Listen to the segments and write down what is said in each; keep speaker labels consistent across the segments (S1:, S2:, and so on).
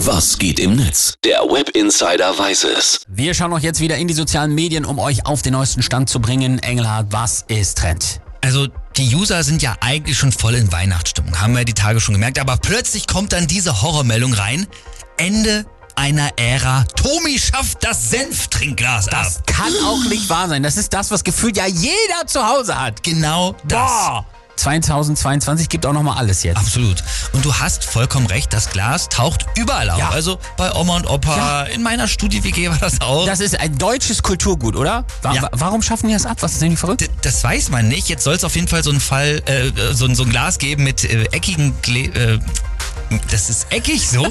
S1: Was geht im Netz? Der Web Insider weiß es.
S2: Wir schauen auch jetzt wieder in die sozialen Medien, um euch auf den neuesten Stand zu bringen. Engelhard, was ist Trend?
S3: Also die User sind ja eigentlich schon voll in Weihnachtsstimmung, haben wir die Tage schon gemerkt, aber plötzlich kommt dann diese Horrormeldung rein. Ende einer Ära. Tomi schafft das Senftrinkglas ab.
S2: Das kann auch nicht wahr sein. Das ist das, was gefühlt ja jeder zu Hause hat.
S3: Genau das.
S2: Boah! 2022 gibt auch nochmal alles jetzt.
S3: Absolut. Und du hast vollkommen recht, das Glas taucht überall auf.
S2: Ja.
S3: Also bei Oma und Opa, in meiner Studie-WG war das auch.
S2: Das ist ein deutsches Kulturgut, oder? Wa
S3: Ja.
S2: wa- Warum schaffen die das ab? Was ist denn die verrückt?
S3: D- das weiß man nicht. Jetzt soll es auf jeden Fall so ein Fall, äh, so, ein- so ein Glas geben mit äh, eckigen Gle äh, Das ist eckig so.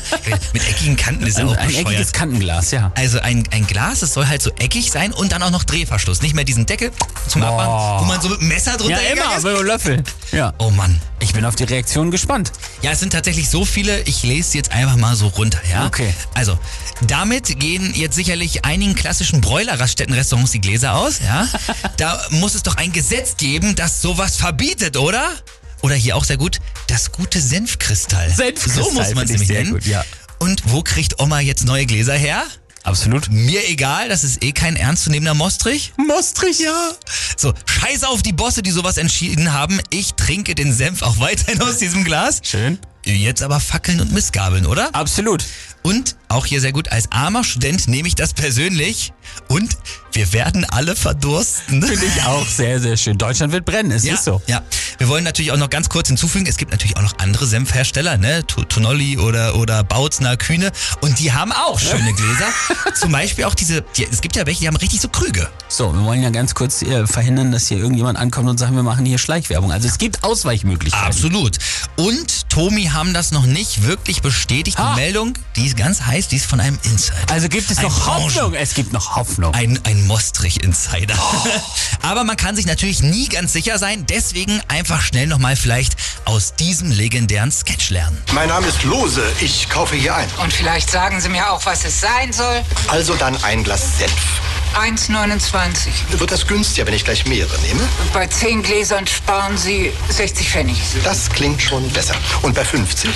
S3: mit eckigen Kanten ist ja
S2: Ein,
S3: auch
S2: ein
S3: bescheuert.
S2: eckiges Kantenglas, ja.
S3: Also ein, ein Glas, das soll halt so eckig sein und dann auch noch Drehverschluss. Nicht mehr diesen Deckel zum
S2: Boah.
S3: Abmachen, wo man so mit dem Messer drunter
S2: Oh. Ja,
S3: gegangen
S2: immer, mit dem Löffel. Ja.
S3: Oh Mann.
S2: Ich bin auf die Reaktion gespannt.
S3: Ja, es sind tatsächlich so viele. Ich lese sie jetzt einfach mal so runter, ja?
S2: Okay.
S3: Also, damit gehen jetzt sicherlich einigen klassischen Broiler-Raststätten-Restaurants die Gläser aus, ja? da muss es doch ein Gesetz geben, das sowas verbietet, oder? Oder hier auch sehr gut, das gute Senfkristall.
S2: Senfkristall
S3: So muss man
S2: finde
S3: es
S2: ich
S3: nämlich
S2: sehr
S3: nennen.
S2: gut, ja.
S3: Und wo kriegt Oma jetzt neue Gläser her?
S2: Absolut.
S3: Mir egal, das ist eh kein ernstzunehmender Mostrich.
S2: Mostrig, ja.
S3: So, scheiß auf die Bosse, die sowas entschieden haben. Ich trinke den Senf auch weiterhin aus diesem Glas.
S2: Schön.
S3: Jetzt aber Fackeln und Missgabeln, oder?
S2: Absolut.
S3: Und auch hier sehr gut, als armer Student nehme ich das persönlich. Und wir werden alle verdursten.
S2: Finde ich auch sehr, sehr schön. Deutschland wird brennen, es
S3: Ja,
S2: ist so.
S3: ja. Wir wollen natürlich auch noch ganz kurz hinzufügen, es gibt natürlich auch noch andere Senfhersteller, ne? Tu- Tonolli oder, oder Bautzner Kühne. Und die haben auch schöne Gläser. Zum Beispiel auch diese, die, es gibt ja welche, die haben richtig so Krüge.
S2: So, wir wollen ja ganz kurz äh, verhindern, dass hier irgendjemand ankommt und sagt, wir machen hier Schleichwerbung. Also es gibt Ausweichmöglichkeiten.
S3: Absolut. Und Tomi haben das noch nicht wirklich bestätigt. Die
S2: Ah.
S3: Meldung, die ist ganz heiß, die ist von einem Insider.
S2: Also gibt es
S3: Ein
S2: noch
S3: Branchen-
S2: Hoffnung. Es gibt noch Hoffnung.
S3: Ein, ein Mostrich-Insider. Aber man kann sich natürlich nie ganz sicher sein, deswegen einfach schnell nochmal vielleicht aus diesem legendären Sketch lernen.
S4: Mein Name ist Lose, ich kaufe hier ein.
S5: Und vielleicht sagen Sie mir auch, was es sein soll.
S4: Also dann ein Glas Senf.
S5: 1,29.
S4: Wird das günstiger, wenn ich gleich mehrere nehme?
S5: Und bei 10 Gläsern sparen Sie 60 Pfennig.
S4: Das klingt schon besser. Und bei 50?